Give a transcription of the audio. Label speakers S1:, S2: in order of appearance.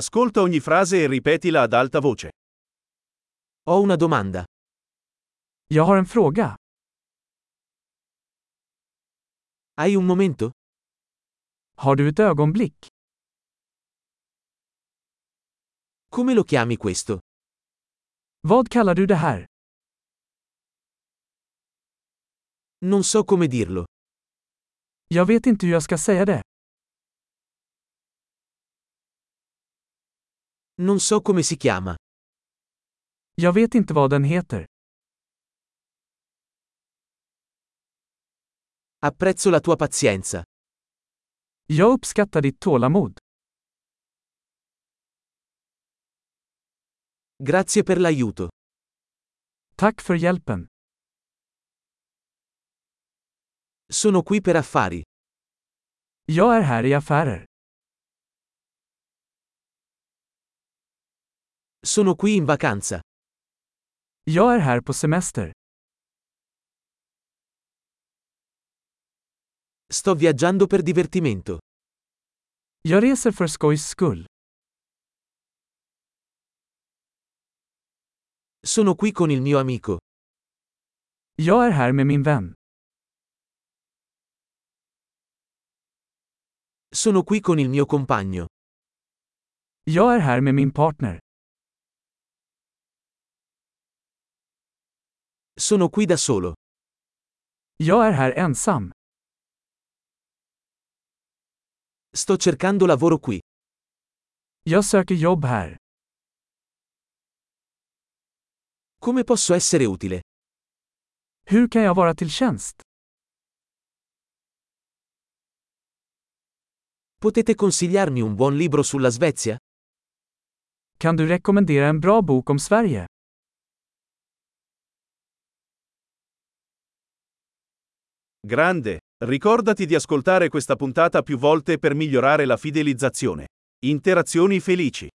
S1: Ascolta ogni frase e ripetila ad alta voce. Ho una domanda.
S2: Jag har en fråga.
S1: Hai un momento?
S2: Har du ett ögonblick?
S1: Come lo chiami questo?
S2: Vad kallar du det här?
S1: Non so come dirlo.
S2: Jag vet inte hur jag ska säga det.
S1: Non so come si chiama.
S2: Jag vet inte vad den heter.
S1: Apprezzo la tua pazienza.
S2: Jag uppskattar ditt tålamod.
S1: Grazie per l'aiuto.
S2: Tack för hjälpen.
S1: Sono qui per affari.
S2: Jag är här i affärer.
S1: Sono qui in vacanza.
S2: Jag är här på semester.
S1: Sto viaggiando per divertimento.
S2: Jag reser för skojs skull.
S1: Sono qui con il mio amico.
S2: Jag är här med min vän.
S1: Sono qui con il mio compagno.
S2: Jag är här med min partner.
S1: Sono qui da solo.
S2: Jag är här ensam.
S1: Sto cercando lavoro qui.
S2: Jag söker jobb här.
S1: Come posso essere utile?
S2: Hur kan jag vara till tjänst?
S1: Potete consigliarmi un buon libro sulla Svezia?
S2: Kan du rekommendera en bra bok om Sverige?
S1: Grande! Ricordati di ascoltare questa puntata più volte per migliorare la fidelizzazione. Interazioni felici!